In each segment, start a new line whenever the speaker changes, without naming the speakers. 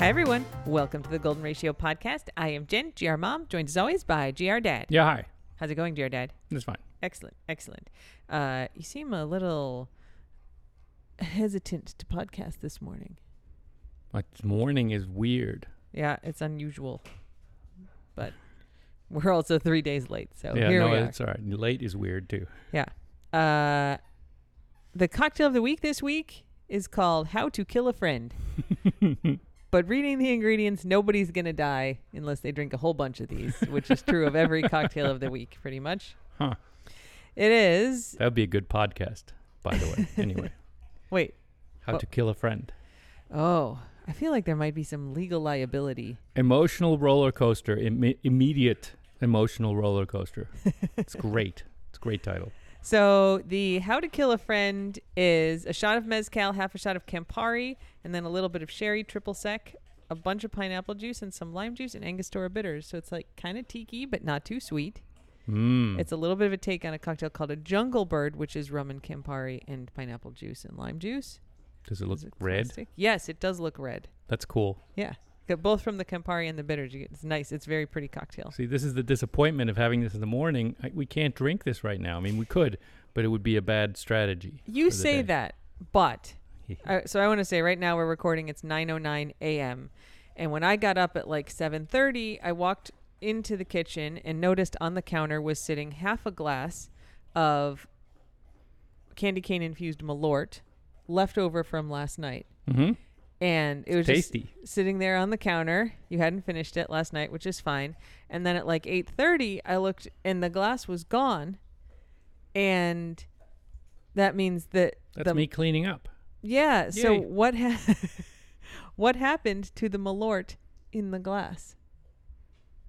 Hi, everyone. Welcome to the Golden Ratio Podcast. I am Jen, GR Mom, joined as always by GR Dad.
Yeah, hi.
How's it going, GR Dad?
That's fine.
Excellent, excellent. Uh, you seem a little hesitant to podcast this morning.
My morning is weird.
Yeah, it's unusual, but we're also three days late, so
yeah,
Oh, here
no,
we are.
it's all right. Late is weird too.
Yeah. Uh, the cocktail of the week this week is called How to Kill a Friend. but reading the ingredients, nobody's going to die unless they drink a whole bunch of these, which is true of every cocktail of the week, pretty much.
Huh.
It is.
That would be a good podcast, by the way. Anyway,
Wait.
how
Well-
to kill a friend.
Oh, I feel like there might be some legal liability.
Emotional roller coaster. Im- immediate emotional roller coaster. It's great. It's a great title.
So the how to kill a friend is a shot of mezcal, half a shot of Campari, and then a little bit of sherry, triple sec, a bunch of pineapple juice, and some lime juice and Angostura bitters. So it's like kind of tiki, but not too sweet.
Mm.
It's a little bit of a take on a cocktail called a Jungle Bird, which is rum and Campari and pineapple juice and lime juice.
Does it look
Is it
red?
plastic? Yes, it does look red.
That's cool.
Yeah, Got both from the Campari and the bitters. You get- It's nice. It's very pretty cocktail.
See, this is the disappointment of having this in the morning. I, we can't drink this right now. I mean, we could, but it would be a bad strategy.
You
for the
say
day.
that, but Uh, so I want to say right now we're recording. It's 9:09 a.m. And when I got up at like 7:30, I walked into the kitchen and noticed on the counter was sitting half a glass of candy cane infused Malort left over from last night.
hmm
And it was just
Tasty.
sitting there on the counter. You hadn't finished it last night, which is fine. And then at like 8:30, I looked and the glass was gone. And that means that
That's
the
me cleaning up.
yeah. So
Yay.
what ha- what happened to the malort in the glass?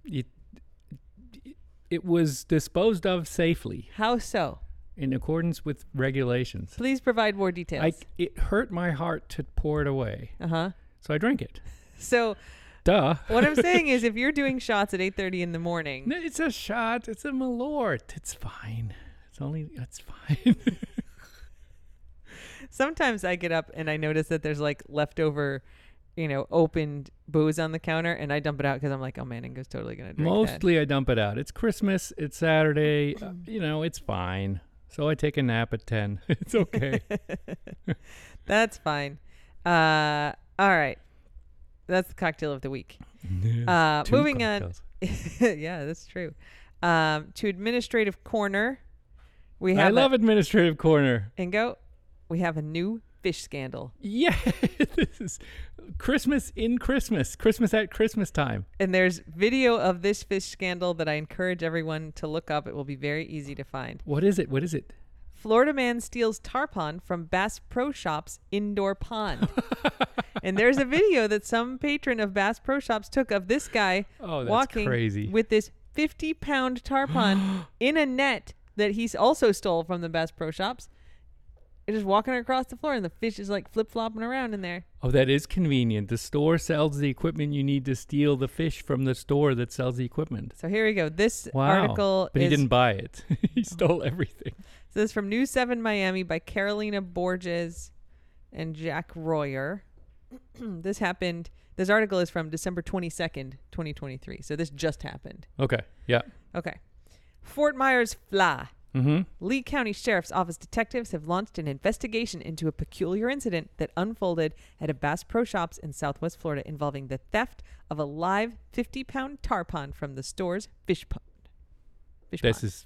it it was disposed of safely
How so?
in accordance with regulations.
Please provide more
I,
details.
it hurt my heart to pour it away,
Uh huh.
so I drank it.
So
Duh.
what I'm saying is, if you're doing shots at 8:30 in the morning,
No, It's a shot. It's a malort. It's fine. It's only. It's fine.
sometimes I get up and I notice that there's like leftover, you know, opened booze on the counter, and I dump it out because I'm like, oh man, Ingo's totally gonna drink that.
Mostly, I dump it out. It's Christmas. It's Saturday.
Mm.
uh, you know, it's fine. So I take a nap at ten. It's okay.
That's fine. Uh, all right. That's the cocktail of the week. Uh,
Two
moving on.
cocktails.
yeah, that's true. Um, to administrative corner, we
I
have
love administrative corner.
a, Ingo. We have a new fish scandal,
Yeah, this is Christmas in Christmas, Christmas at Christmas time.
and there's video of this fish scandal that I encourage everyone to look up. It will be very easy to find.
What is it? What is it?
Florida man steals tarpon from Bass Pro Shop's indoor pond, and there's a video that some patron of Bass Pro Shops took of this guy
Oh, that's
walking
crazy.
with this 50 pound tarpon in a net that he's also stole from the Bass Pro Shops. It's just walking across the floor, and the fish is like flip flopping around in there.
oh, that is convenient. The store sells the equipment you need to steal the fish from the store that sells the equipment.
So here we go. This
Wow.
article
but
is
he didn't buy it. he stole everything.
so this is from News 7 Miami by Carolina Borges and Jack Royer. this happened. This article is from December 22nd, 2023. So this just happened.
Okay. Yeah.
Okay. Fort Myers Fly.
Mm-hmm.
Lee County Sheriff's Office detectives have launched an investigation into a peculiar incident that unfolded at a Bass Pro Shops in Southwest Florida involving the theft of a live 50 pound tarpon from the store's fish pond. Fish
This
pond.
is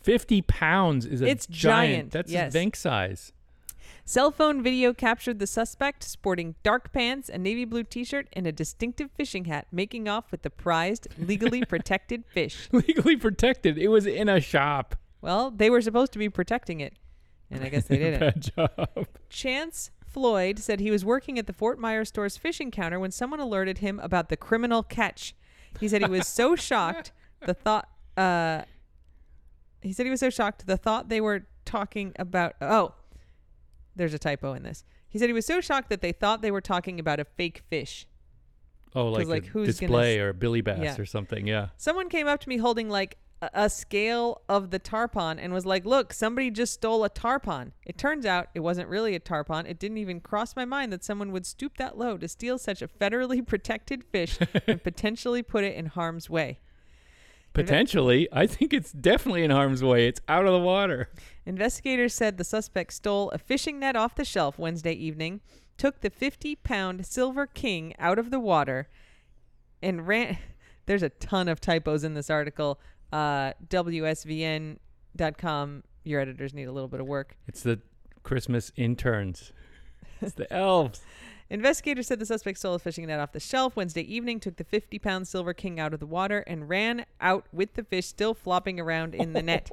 fifty pounds. Is a
It's giant,
That's
yes.
a bank size.
Cell phone video captured the suspect sporting dark pants, a navy blue t shirt, and a distinctive fishing hat, making off with the prized, legally protected fish.
Legally protected. It was in a shop.
Well, they were supposed to be protecting it, and I guess they didn't.
Bad job.
Chance Floyd said he was working at the Fort Myers store's fishing counter when someone alerted him about the criminal catch. He said he was so shocked the thought. Uh, he said he was so shocked the thought they were talking about. Oh, there's a typo in this. He said he was so shocked that they thought they were talking about a fake fish.
Oh,
'Cause,
like,
like,
a
who's gonna
display
s-
or a Billy Bass
Yeah.
or something. Yeah.
Someone came up to me holding like a- a scale of the tarpon and was like, "Look, somebody just stole a tarpon." It turns out it wasn't really a tarpon. It didn't even cross my mind that someone would stoop that low to steal such a federally protected fish and potentially put it in harm's way.
Potentially, I think it's definitely in harm's way. It's out of the water.
Investigators said the suspect stole a fishing net off the shelf Wednesday evening, took the 50 pound Silver King out of the water, and ran. There's a ton of typos in this article. Uh, WSVN.com. Your editors need a little bit of work.
It's the Christmas interns. It's the elves.
Investigators said the suspect stole a fishing net off the shelf Wednesday evening, took the 50 pound Silver King out of the water, and ran out with the fish still flopping around in the net.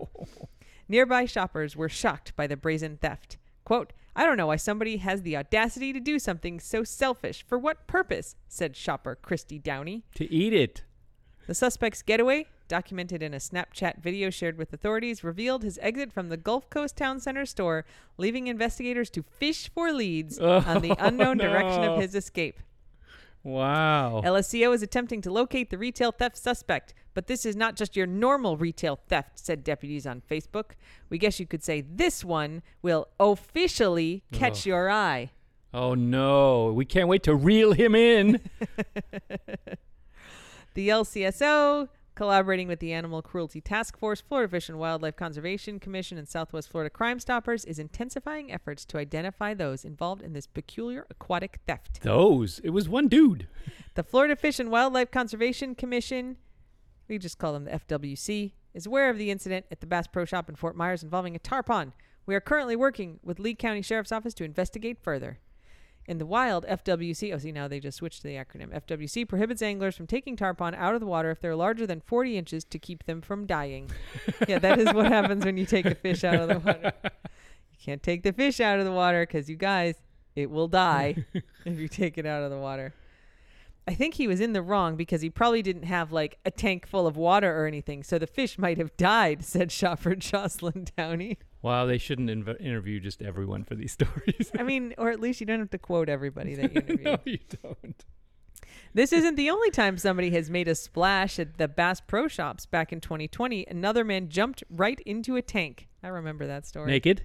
Nearby shoppers were shocked by the brazen theft. Quote, I don't know why somebody has the audacity to do something so selfish. For what purpose? said shopper Christy Downey.
To eat it.
The suspect's getaway, documented in a Snapchat video shared with authorities, revealed his exit from the Gulf Coast Town Center store, leaving investigators to fish for leads on the
Oh,
unknown direction
no.
of his escape.
Wow.
LSCO is attempting to locate the retail theft suspect, but this is not just your normal retail theft, said deputies on Facebook. We guess you could say this one will officially catch your eye.
oh no. We can't wait to reel him in.
The LCSO, collaborating with the Animal Cruelty Task Force, Florida Fish and Wildlife Conservation Commission, and Southwest Florida Crime Stoppers, is intensifying efforts to identify those involved in this peculiar aquatic theft.
Those. It was one dude.
The Florida Fish and Wildlife Conservation Commission, we just call them the FWC, is aware of the incident at the Bass Pro Shop in Fort Myers involving a tarpon. We are currently working with Lee County Sheriff's Office to investigate further. In the wild, FWC, oh, see, now they just switched to the acronym. FWC prohibits anglers from taking tarpon out of the water if they're larger than 40 inches to keep them from dying. yeah, that is what happens when you take a fish out of the water. You can't take the fish out of the water because, you guys, it will die if you take it out of the water. I think he was in the wrong because he probably didn't have like a tank full of water or anything, so the fish might have died, said shopper Jocelyn Downey.
Wow, they shouldn't inv- interview just everyone for these stories.
I mean, or at least you don't have to quote everybody that you interview.
no, you don't.
This isn't the only time somebody has made a splash at the Bass Pro Shops back in 2020. Another man jumped right into a tank. I remember that story.
Naked?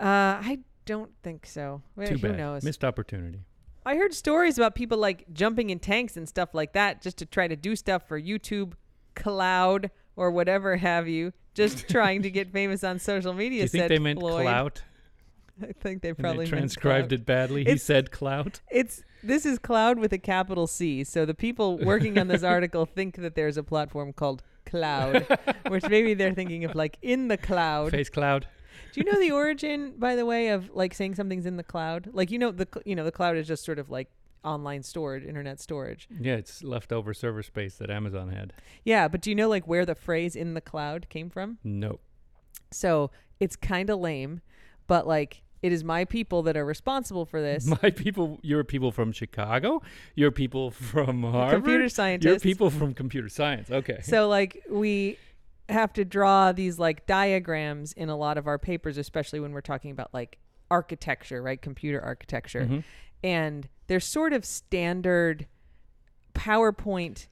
Uh, I don't think so. Well,
Too
who
bad.
knows?
Missed opportunity.
I heard stories about people like jumping in tanks and stuff like that just to try to do stuff for YouTube, cloud, or whatever have you. Just trying to get famous on social media.
Do you think
said
they meant
Floyd.
clout?
I think they
and
probably
they transcribed it badly. he
It's-
said clout.
It's this is cloud with a capital C. So the people working on this article think that there's a platform called cloud, which maybe they're thinking of like in the cloud.
Face cloud.
Do you know the origin, by the way, of like saying something's in the cloud? Like you know the cl- you know the cloud is just sort of like online storage, internet storage.
Yeah, it's leftover server space that Amazon had.
Yeah, but do you know like where the phrase in the cloud came from?
Nope.
So it's kind of lame, but like it is my people that are responsible for this.
My people, your people from Chicago, your people from Harvard,
computer
your
scientists.
people from computer science. Okay.
so like we have to draw these like diagrams in a lot of our papers, especially when we're talking about like architecture, right? Computer architecture. And there's sort of standard PowerPoint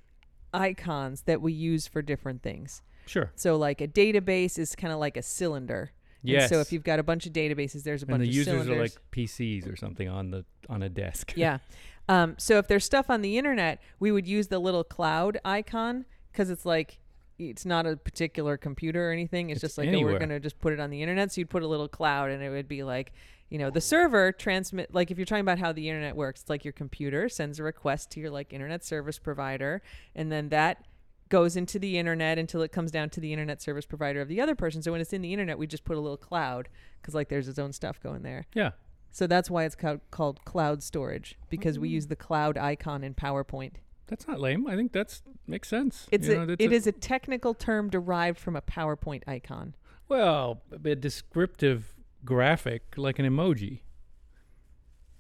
icons that we use for different things.
sure.
So like a database is kind of like a cylinder. And so
Yes.
if you've got a bunch of databases, there's a bunch
And the
of
users
cylinders.
are like PCs or something on the on a desk.
yeah. Um, so if there's stuff on the internet, we would use the little cloud icon because it's like it's not a particular computer or anything. It's,
It's
just like oh,
anywhere.
we're gonna just put it on the internet. So you'd put a little cloud, and it would be like you know the server transmit. Like if you're talking about how the internet works, it's like your computer sends a request to your like internet service provider, and then that goes into the internet until it comes down to the internet service provider of the other person. So when it's in the internet, we just put a little cloud because like there's its own stuff going there.
Yeah.
So that's why it's called, called cloud storage because we use
Mm.
the cloud icon in PowerPoint.
That's not lame. I think that's makes sense.
It's
You
a,
know, that's
it is a technical term derived from a PowerPoint icon.
well a descriptive graphic like an emoji.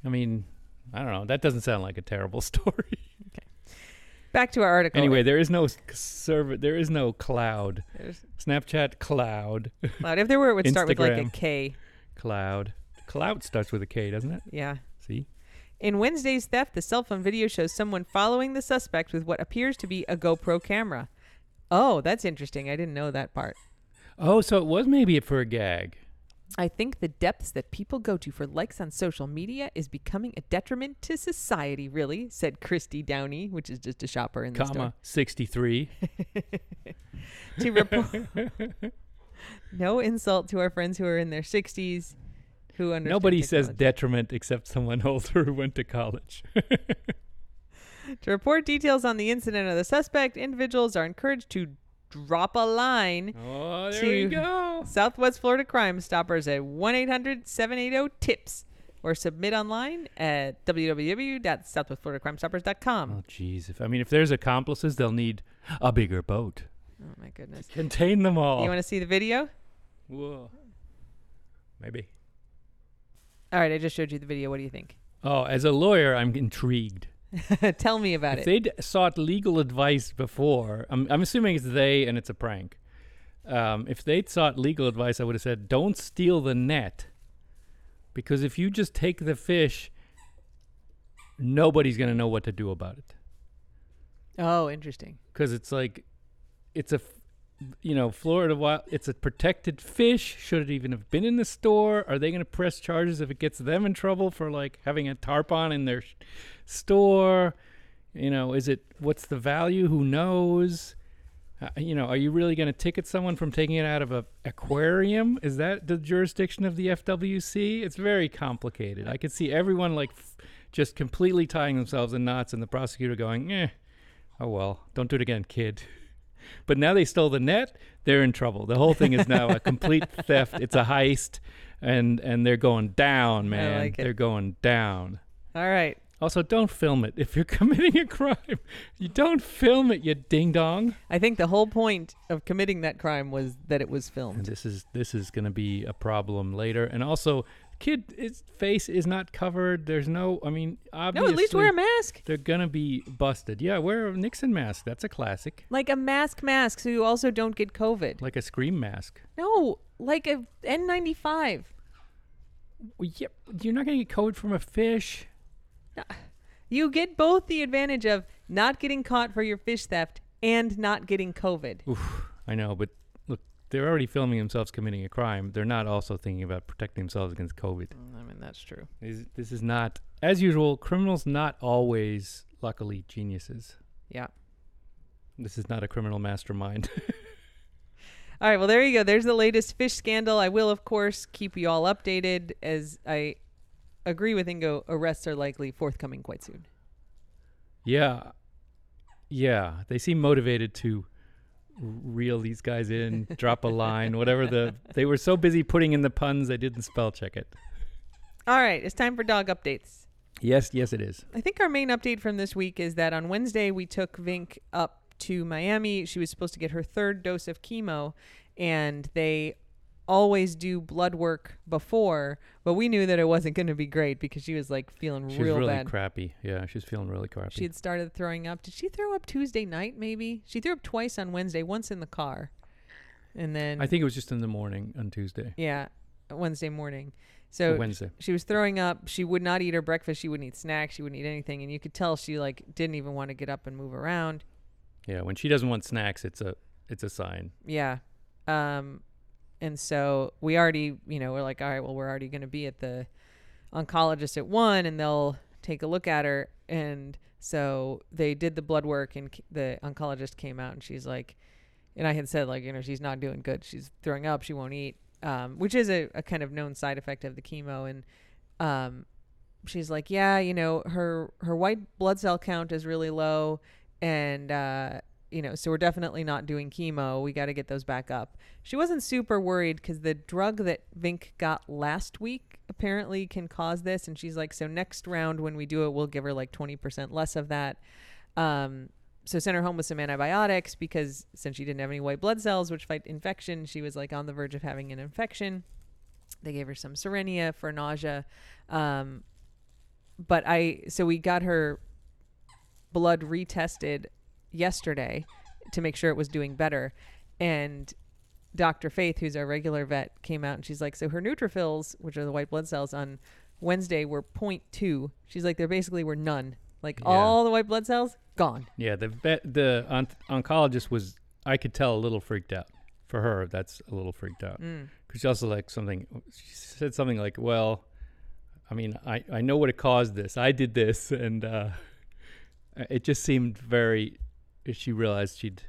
I mean, I don't know. That doesn't sound like a terrible story.
Oh, Back to our article.
anyway, there is no s- server. There is no cloud.
There's
Snapchat cloud.
cloud. If there were, it would start with like a
Instagram.
K.
Cloud. Cloud starts with a K, doesn't it?
Yeah.
See?
In Wednesday's theft, the cell phone video shows someone following the suspect with what appears to be a GoPro camera. Oh, that's interesting. I didn't know that part.
Oh, so it was maybe for a gag.
I think the depths that people go to for likes on social media is becoming a detriment to society, really, said Christy Downey, which is just a shopper in the
Comma sixty three.
store. To report no insult to our friends who are in their 60s who understand
Nobody says
technology.
detriment except someone older who went to college.
To report details on the incident or the suspect, individuals are encouraged to drop a line.
oh, there
To-
we go.
Southwest Florida Crime Stoppers at 1 800 780 TIPS or submit online at www.southwestfloridacrimestoppers.com.
Oh, jeez. If I mean, if there's accomplices, they'll need a bigger boat.
Oh my goodness.
Contain them all.
You want to see the video?
Whoa. Maybe.
All right, I just showed you the video. What do you think?
Oh, as a lawyer, I'm intrigued.
Tell me about it.
if they'd sought legal advice before, I'm, I'm assuming it's they and it's a prank. Um, if they'd sought legal advice, I would have said, don't steal the net. Because if you just take the fish, nobody's going to know what to do about it.
Oh, interesting.
Because it's like, it's a, f- you know, Florida wild, it's a protected fish. Should it even have been in the store? Are they going to press charges if it gets them in trouble for like having a tarpon in their sh- store? You know, is it what's the value? Who knows? Uh, you know, are you really going to ticket someone from taking it out of a aquarium? Is that the jurisdiction of the FWC? It's very complicated. I could see everyone like f- just completely tying themselves in knots, and the prosecutor going, "Eh, oh well, don't do it again, kid." But now they stole the net; they're in trouble. The whole thing is now a complete theft. It's a heist, and and they're going down, man.
like it.
They're going down.
All right.
Also, don't film it. If you're committing a crime, you don't film it, you ding dong.
I think the whole point of committing that crime was that it was
And
filmed.
this is this is going to be a problem later. And also, kid, his face is not covered. There's no. I mean,
No,
obviously,
at least wear a mask.
they're gonna be busted. Yeah, wear a Nixon mask. That's a classic.
Like a mask mask so you also don't get COVID.
Like a scream mask.
No, like a N95.
Well, yep, you're not gonna get code from a fish.
You get both the advantage of not getting caught for your fish theft and not getting COVID.
Oof, I know, but look, they're already filming themselves committing a crime. They're not also thinking about protecting themselves against COVID.
Mm, I mean, that's true.
This, this is not, as usual, criminals not always, luckily, geniuses.
Yeah.
This is not a criminal mastermind.
All right. Well, there you go. There's the latest fish scandal. I will, of course, keep you all updated as I agree with Ingo. Arrests are likely forthcoming quite soon.
yeah. Yeah. They seem motivated to reel these guys in, drop a line, whatever the. They were so busy putting in the puns, they didn't spell check it.
All right. It's time for dog updates.
Yes, yes, it is.
I think our main update from this week is that on Wednesday we took Vink up to Miami. She was supposed to get her third dose of chemo, and they always do blood work before, but we knew that it wasn't going to be great because she was like feeling
She's
real
really
bad.
crappy. Yeah, she's feeling really crappy.
she had started throwing up. Did she throw up Tuesday night? Maybe she threw up twice on Wednesday, once in the car, and then
I think it was just in the morning on Tuesday,
yeah, Wednesday morning.
or
So
Wednesday.
she was throwing up. She would not eat her breakfast. She wouldn't eat snacks. She wouldn't eat anything. And you could tell she like didn't even want to get up and move around.
Yeah, when she doesn't want snacks, it's a it's a sign.
Yeah. Um, and so we already, you know, we're like, all right, well, we're already going to be at the oncologist at one and they'll take a look at her. And so they did the blood work and c- the oncologist came out and she's like, and I had said like, you know, she's not doing good. She's throwing up. She won't eat, um, which is a, a kind of known side effect of the chemo. And, um, she's like, yeah, you know, her, her white blood cell count is really low. And, uh, you know, so we're definitely not doing chemo. We got to get those back up. She wasn't super worried because the drug that Vink got last week apparently can cause this. And she's like, so next round when we do it, we'll give her like 20% less of that. Um, so sent her home with some antibiotics because since she didn't have any white blood cells, which fight infection, she was like on the verge of having an infection. They gave her some Serenia for nausea. Um, but I, so we got her blood retested yesterday to make sure it was doing better. And Dr. Faith, who's our regular vet, came out and she's like, So her neutrophils, which are the white blood cells, on Wednesday were 0.2. She's like, There basically were none. Like
Yeah.
all the white blood cells gone.
Yeah, the vet, the on- oncologist was I could tell a little freaked out. For her, that's a little freaked out. Because she also like something. She said something like, "Well, I mean, I I know what it caused this. I did this, and uh, it just seemed very." She realized she'd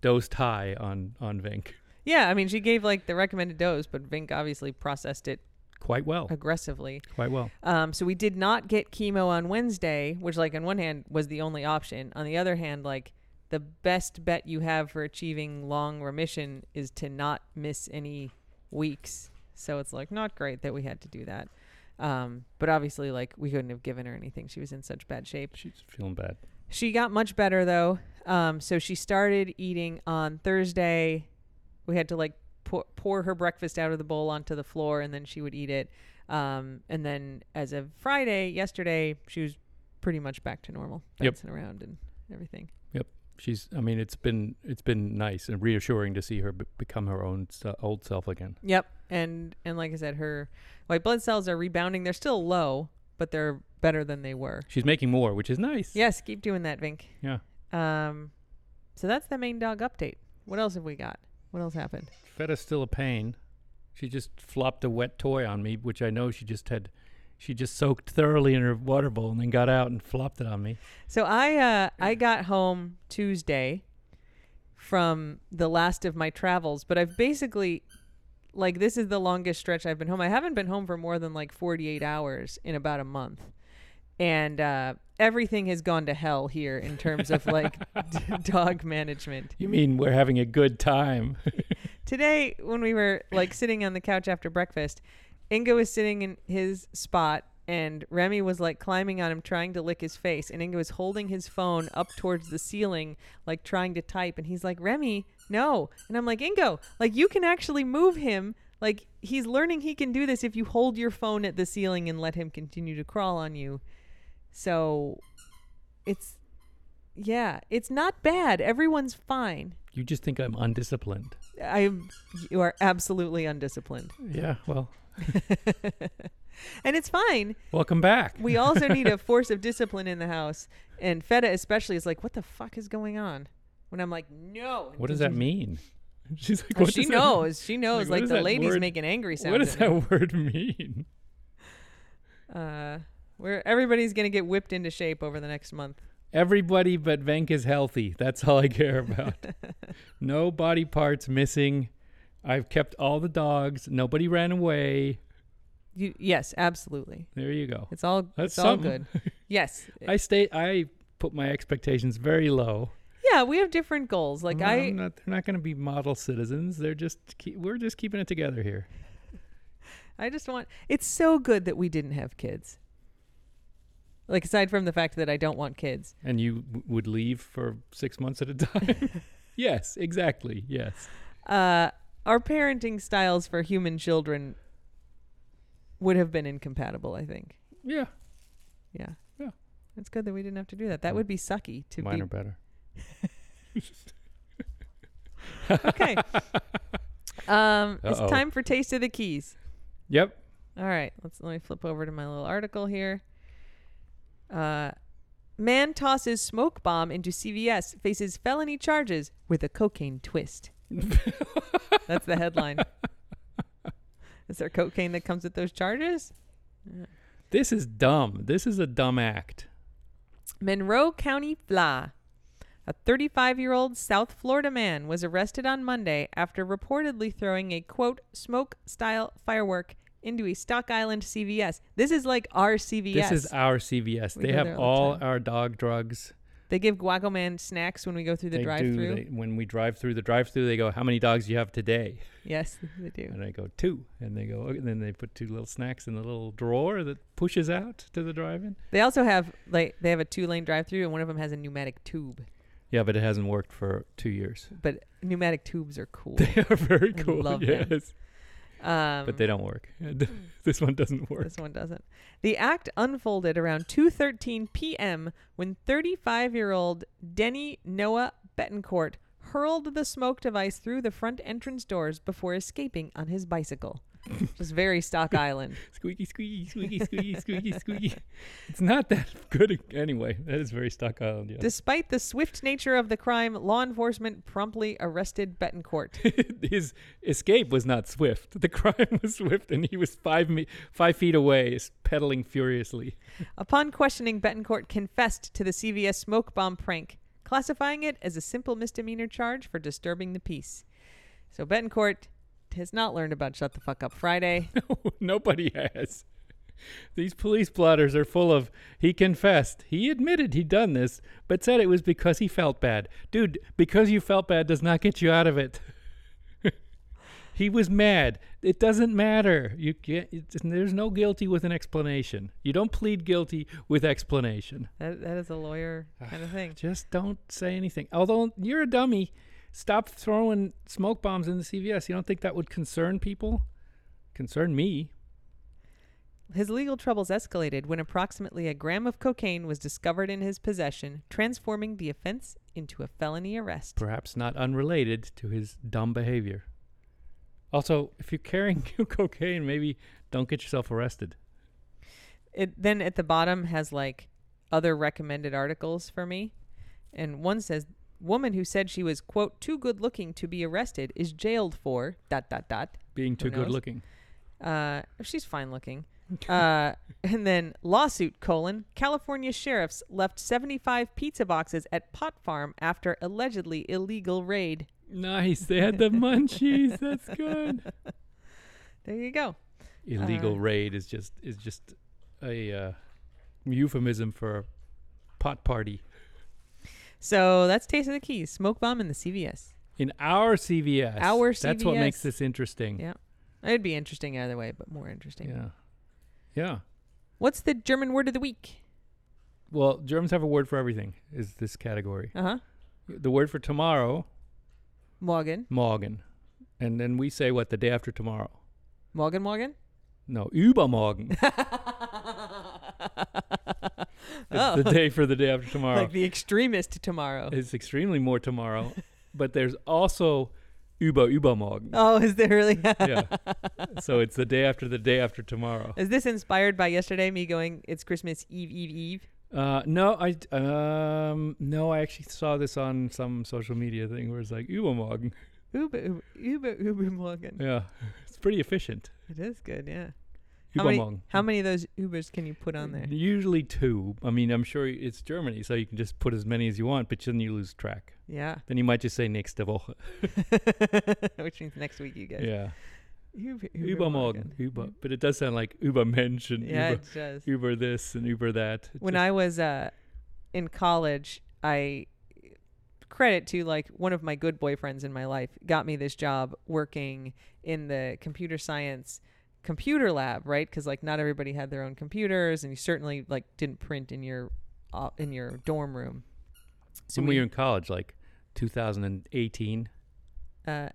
dosed high on on Vink
Yeah, I mean, she gave like the recommended dose, but Vink obviously processed it
quite well,
aggressively.
quite well.
Um, so we did not get chemo on Wednesday, which, like, on one hand was the only option. On the other hand, like, the best bet you have for achieving long remission is to not miss any weeks. So it's like not great that we had to do that. Um, but obviously, like, we couldn't have given her anything. She was in such bad shape.
She's feeling bad.
She got much better though. Um, so she started eating on Thursday. We had to like pour, pour her breakfast out of the bowl onto the floor, and then she would eat it. Um, and then as of Friday, yesterday, she was pretty much back to normal,
Yep.
bouncing around and everything.
She's. I mean, it's been it's been nice and reassuring to see her b- become her own se- old self again.
Yep. And and like I said, her white blood cells are rebounding. They're still low, but they're better than they were.
She's making more, which is nice.
Yes, keep doing that, Vink.
Yeah.
Um, so that's the main dog update. What else have we got? What else happened?
Fetta's still a pain. She just flopped a wet toy on me, which I know she just had. She just soaked thoroughly in her water bowl and then got out and flopped it on me.
So I uh, I got home Tuesday from the last of my travels, but I've basically like this is the longest stretch I've been home. I haven't been home for more than like 48 hours in about a month. And uh, everything has gone to hell here in terms of like d- dog management.
You mean we're having a good time?
Today, when we were like sitting on the couch after breakfast, Ingo was sitting in his spot and Remy was like climbing on him, trying to lick his face. And Ingo was holding his phone up towards the ceiling, like trying to type. And he's like, Remy, no. And I'm like, Ingo, like you can actually move him. Like he's learning he can do this if you hold your phone at the ceiling and let him continue to crawl on you. So it's, yeah, it's not bad. Everyone's fine.
you just think I'm undisciplined.
I am- you are absolutely undisciplined.
Yeah. Well,
And it's fine.
welcome back.
We also need a force of discipline in the house. And Feta especially is like, what the fuck is going on? When I'm like, no.
what does that mean? She's like,
Well,
what
she
does that-
knows. She knows.
what
Like,
does
the
that
lady's
word-
making angry sounds.
What does
at me.
that word mean?
Uh, where everybody's gonna get whipped into shape over the next month.
Everybody but Venk is healthy. That's all I care about. no body parts missing. I've kept all the dogs. Nobody ran away.
You yes, absolutely.
There you go.
It's all
That's
it's all
something.
good. Yes.
I stay. I put my expectations very low.
yeah, we have different goals. Like
I'm
I
not, they're not going to be model citizens. They're just. Keep, we're just keeping it together here.
I just want. It's so good that we didn't have kids. Like aside from the fact that I don't want kids,
And you w- would leave for six months at a time. yes, exactly. Yes.
uh, our parenting styles for human children would have been incompatible. I think.
Yeah.
Yeah.
Yeah. Mm.
It's good that we didn't have to do that. That would be sucky to
Mine
be.
are better.
Okay. um, it's
Uh-oh.
time for taste of the keys.
Yep.
All right, let's let me flip over to my little article here. Uh, man tosses smoke bomb into CVS, faces felony charges with a cocaine twist. That's the headline. Is there cocaine that comes with those charges?
This is dumb. This is a dumb act.
Monroe County, FLA. A 35 year old South Florida man was arrested on Monday after reportedly throwing a quote smoke style firework into a Stock Island CVS. This is like our CVS.
This is our CVS.
We
they
go
have
there all
all
the time.
our dog drugs.
They give Guago Man snacks when we go through the
they
drive
do.
through.
They, when we drive through the drive through, they go, "How many dogs do you have today?"
Yes, they do.
And I go, two. And they go, and then they put two little snacks in the little drawer that pushes out to the drive in.
They also have like they have a two lane drive through and one of them has a pneumatic tube.
Yeah, but it hasn't worked for two years.
But pneumatic tubes are cool.
They are very
I
cool.
love
yes.
them. Um,
But they don't work. this one doesn't work.
This one doesn't. The act unfolded around 2:13 p.m. when 35-year-old Denny Noah Betancourt hurled the smoke device through the front entrance doors before escaping on his bicycle. Just very Stock Island.
Squeaky, squeaky, squeaky, squeaky, squeaky, squeaky. It's not that good. Anyway, that is very Stock Island. Yeah.
Despite the swift nature of the crime, law enforcement promptly arrested Betancourt.
his escape was not swift. The crime was swift, and he was five me- five feet away, s- pedaling furiously.
Upon questioning, Betancourt confessed to the CVS smoke bomb prank, classifying it as a simple misdemeanor charge for disturbing the peace. So Betancourt has not learned about Shut the Fuck Up Friday.
Nobody has. These police blotters are full of. He confessed. He admitted he'd done this, but said it was because he felt bad. Dude, because you felt bad does not get you out of it. he was mad. It doesn't matter. You can't. It's, there's no guilty with an explanation. You don't plead guilty with explanation.
that, that is a lawyer kind of thing.
Just don't say anything. Although you're a dummy, stop throwing smoke bombs in the CVS. You don't think that would concern people? Concern me.
His legal troubles escalated when approximately a gram of cocaine was discovered in his possession, transforming the offense into a felony arrest.
Perhaps not unrelated to his dumb behavior. Also, if you're carrying cocaine, maybe don't get yourself arrested.
It then at the bottom has like other recommended articles for me. And one says woman who said she was quote too good looking to be arrested is jailed for dot dot dot.
Being too
knows?
good looking.
Uh she's fine looking. uh and then lawsuit colon California sheriffs left 75 pizza boxes at pot farm after allegedly illegal raid.
Nice. They had the munchies. That's good.
There you go.
Illegal raid is just is just a uh, euphemism for pot party.
So that's Taste of the Keys, Smoke Bomb and the CVS.
In our CVS.
Our
That's what makes
CVS.
this interesting.
Yeah. It'd be interesting either way, but more interesting.
Hmm. Yeah. Yeah.
What's the German word of the week?
Well, Germans have a word for everything, is this category.
Uh huh.
The word for tomorrow,
Morgen.
morgen. And then we say what the day after tomorrow.
Morgen, morgen.
No, übermorgen. is
Oh.
the day for the day after tomorrow.
Like the extremist tomorrow.
it's extremely more tomorrow, but there's also über übermorgen.
Oh, is there really?
yeah. So it's the day after the day after tomorrow.
is this inspired by yesterday, me going, it's Christmas Eve, Eve, Eve?
Uh, no, I d- um no, I actually saw this on some social media thing where it's like übermorgen.
Uber, uber, uber, uber, morgen.
Yeah, it's pretty efficient.
It is good, yeah. How many,
Übermorgen.
how many of those Ubers can you put on there?
Usually two. I mean, I'm sure it's Germany, so you can just put as many as you want, but then you lose track.
Yeah.
Then you might just say nächste Woche.
Which means next week, you guys.
Yeah.
Uber, Mm-hmm.
Übermorgen. Uber. But it does sound like Übermensch and
Yeah,
Uber,
it does.
Uber this and Uber that. It
when
just-
I was uh, in college, I credit to like one of my good boyfriends in my life got me this job working in the computer science computer lab, right? Because like not everybody had their own computers, and you certainly like didn't print in your uh, in your dorm room. So
when we
we,
were in college, like 2018,
uh,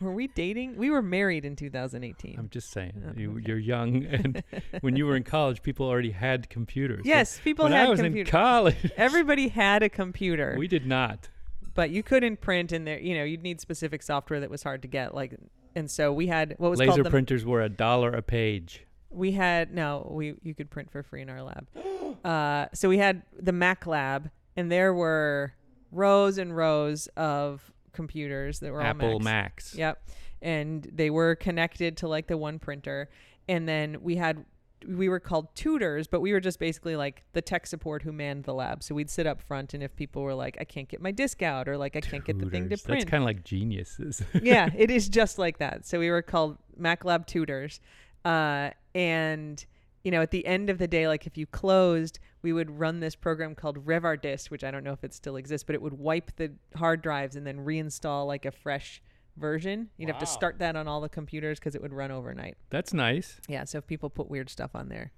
were we dating? We were married in 2018.
I'm just saying,
Oh,
you,
okay.
you're young. And when you were in college, people already had computers. So
yes, people
when
had
I was in
computers.
college,
Everybody had a computer.
we did not.
but you couldn't print in there. You know, you'd need specific software that was hard to get. Like, and so we had what was
Laser
called the,
printers were a dollar a page.
we had no, we you could print for free in our lab. Uh, so we had the Mac lab, and there were rows and rows of computers that were all
Apple
Macs.
Macs.
Yep, and they were connected to like the one printer, and then we had. We were called tutors, but we were just basically like the tech support who manned the lab. So we'd sit up front, and if people were like, "I can't get my disk out," or like, "I can't get the thing to
Tutors.
print,"
That's kind of like geniuses.
yeah, it is just like that. So we were called MacLab tutors. Uh, and, you know, at the end of the day, like if you closed, we would run this program called RevArtist, which I don't know if it still exists, but it would wipe the hard drives and then reinstall like a fresh version. You'd have to
Wow.
start that on all the computers because it would run overnight.
That's nice.
Yeah. So if people put weird stuff on there,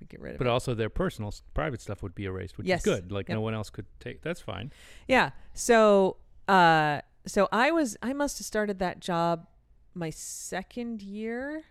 we get rid of
But
it.
also their personal, s- private stuff would be erased, which
Yes.
is good. Like
Yep.
no one else could take. That's fine.
Yeah. So, uh, so I was, I must have started that job my second year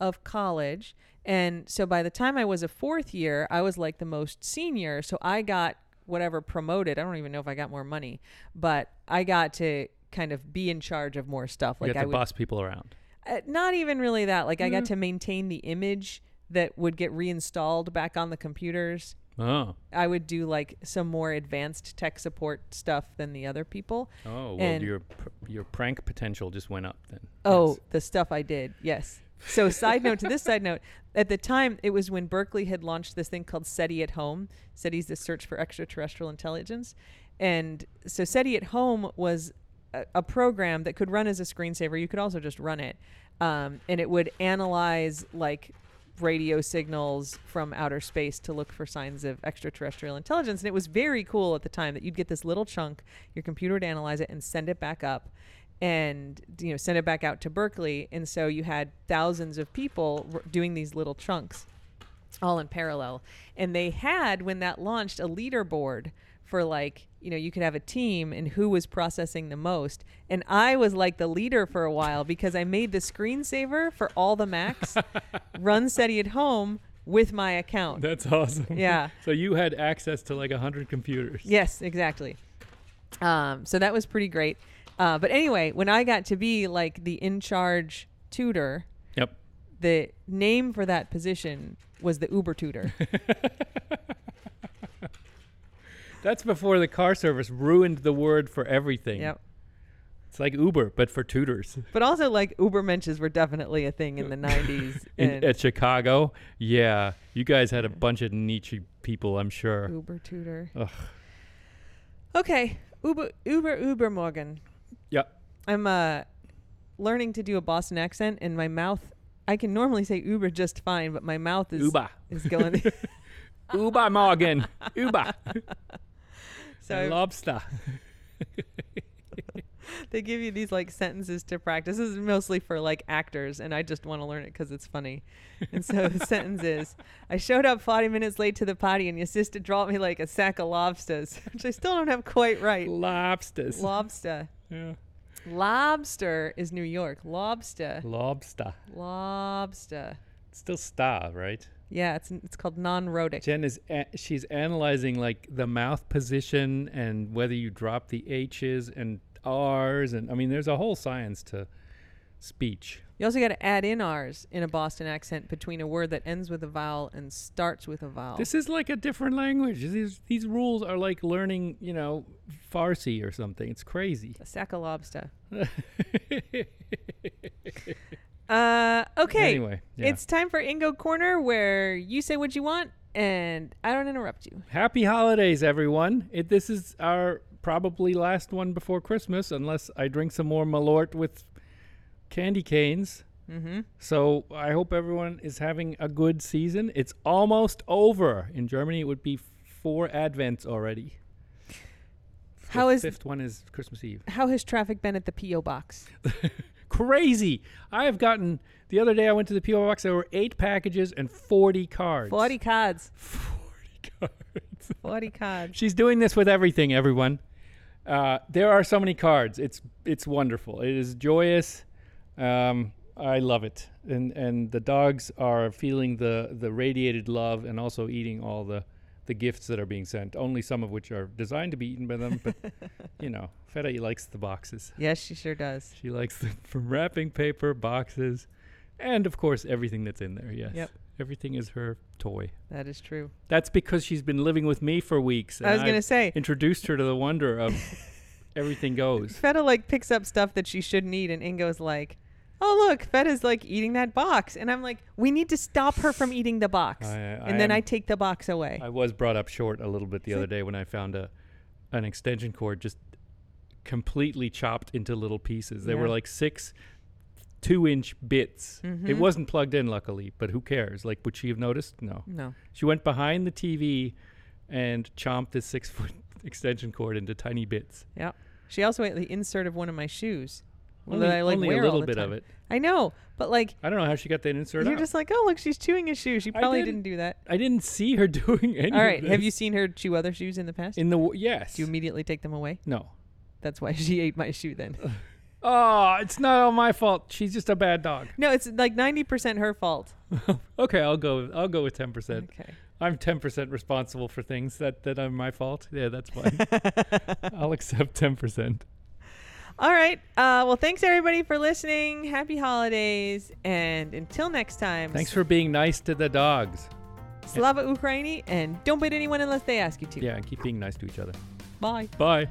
of college. And so by the time I was a fourth year, I was like the most senior. So I got whatever promoted. I don't even know if I got more money, but I got to kind of be in charge of more stuff.
You
Like
got
I
to
would,
boss people around.
uh, not even really that. Like I got to maintain the image that would get reinstalled back on the computers.
Oh,
I would do like some more advanced tech support stuff than the other people.
oh, well,
And-
your pr- your prank potential just went up then.
Oh,
Yes.
the stuff I did. Yes. So, side note to this side note, at the time, it was when Berkeley had launched this thing called SETI at Home. SETI's the search for extraterrestrial intelligence. And so, SETI at Home was a, a program that could run as a screensaver. You could also just run it. Um, and it would analyze like radio signals from outer space to look for signs of extraterrestrial intelligence. And it was very cool at the time that you'd get this little chunk, your computer would analyze it and send it back up and you know send it back out to Berkeley. And so you had thousands of people r- doing these little chunks all in parallel. And they had, when that launched, a leaderboard for like, you know, you could have a team and who was processing the most. And I was like the leader for a while because I made the screensaver for all the Macs run SETI at home with my account.
that's awesome.
Yeah.
so you had access to like a hundred computers.
Yes, exactly. Um, so that was pretty great. Uh, but anyway, when I got to be like the in charge tutor,
Yep.
the name for that position was the Uber tutor.
That's before the car service ruined the word for everything.
yep.
It's like Uber, but for tutors.
But also, like Ubermenches were definitely a thing in the '90s.
In, at Chicago, yeah, you guys had a bunch of niche people, I'm sure.
Uber tutor.
Ugh.
Okay, Uber, Uber, Uber Morgan.
Yeah.
I'm uh, learning to do a Boston accent, and my mouth. I can normally say Uber just fine, but my mouth is
Uber,
is going.
Uber Morgan, Uber,
so I-
lobster.
they give you these like sentences to practice. This is mostly for like actors, and I just want to learn it because it's funny. And so the sentence is I showed up 40 minutes late to the potty, and your sister dropped me like a sack of lobsters, which I still don't have quite right.
Lobsters.
Lobster.
yeah.
Lobster is New York. Lobster.
Lobster.
Lobster.
It's still star, right?
Yeah, it's it's called non-rhotic.
Jen is a- she's analyzing like the mouth position and whether you drop the H's and R's and I mean there's a whole science to speech.
You also got to add in R's in a Boston accent between a word that ends with a vowel and starts with a vowel.
This is like a different language. These these rules are like learning, you know, Farsi or something. It's crazy.
a sack of lobster. Uh, okay.
Anyway, yeah.
It's time for Ingo Corner where you say what you want and I don't interrupt you.
Happy holidays, everyone. It, this is our probably last one before Christmas, unless I drink some more Malort with candy canes.
Mm-hmm.
So I hope everyone is having a good season. It's almost over. In Germany, it would be four Advents already.
How
the
is
fifth one is Christmas Eve.
how has traffic been at the PO box?
Crazy! I have gotten the other day. I went to the PO box. There were eight packages and forty cards.
Forty cards.
40 cards.
Forty cards.
She's doing this with everything, everyone. Uh, there are so many cards. It's it's wonderful. It is joyous. Um, I love it, and and the dogs are feeling the the radiated love, and also eating all the the gifts that are being sent. Only some of which are designed to be eaten by them, but you know, Feta likes the boxes.
Yes, she sure does.
She likes them from wrapping paper, boxes, and of course everything that's in there. Yes,
Yep.
everything is her toy.
That is true.
That's because she's been living with me for weeks.
I
and
was gonna
I've
say
introduced her to the wonder of everything goes.
Feta like picks up stuff that she shouldn't eat and Ingo's like, Oh look, Feta's like eating that box and I'm like, We need to stop her from eating the box.
I- I
and then
am-
I take the box away.
I was brought up short a little bit the
It's
other day when I found a an extension cord just completely chopped into little pieces. They were
Yeah.
like six two inch bits. It
Mhm.
wasn't plugged in luckily, but who cares? Like would she have noticed? No.
no.
She went behind the TV and chomped this six foot extension cord into tiny bits.
She also ate the insert of one of my shoes.
Only,
that I, like,
only
wear
a
all
little
the
bit of
time.
it.
I know, but like
I don't know how she got that insert
You're
out.
just like, oh look, she's chewing a shoe. She
I
probably
didn't-
didn't, do that.
I didn't see her doing any
All
of
right. Have
this.
you seen her chew other shoes in the past?
in the w- yes?
do you immediately take them away?
no.
That's why she ate my shoe then.
Oh, it's not all my fault. She's just a bad dog.
no, it's like ninety percent her fault.
Okay, I'll go. I'll go with ten percent.
Okay.
I'm ten percent responsible for things that that are my fault. Yeah, that's fine. I'll accept ten percent.
All right. Uh, well, thanks everybody for listening. Happy holidays, and until next time.
Thanks for being nice to the dogs.
Slava Ukraini, and don't bite anyone unless they ask you to.
Yeah, keep being nice to each other.
Bye.
Bye.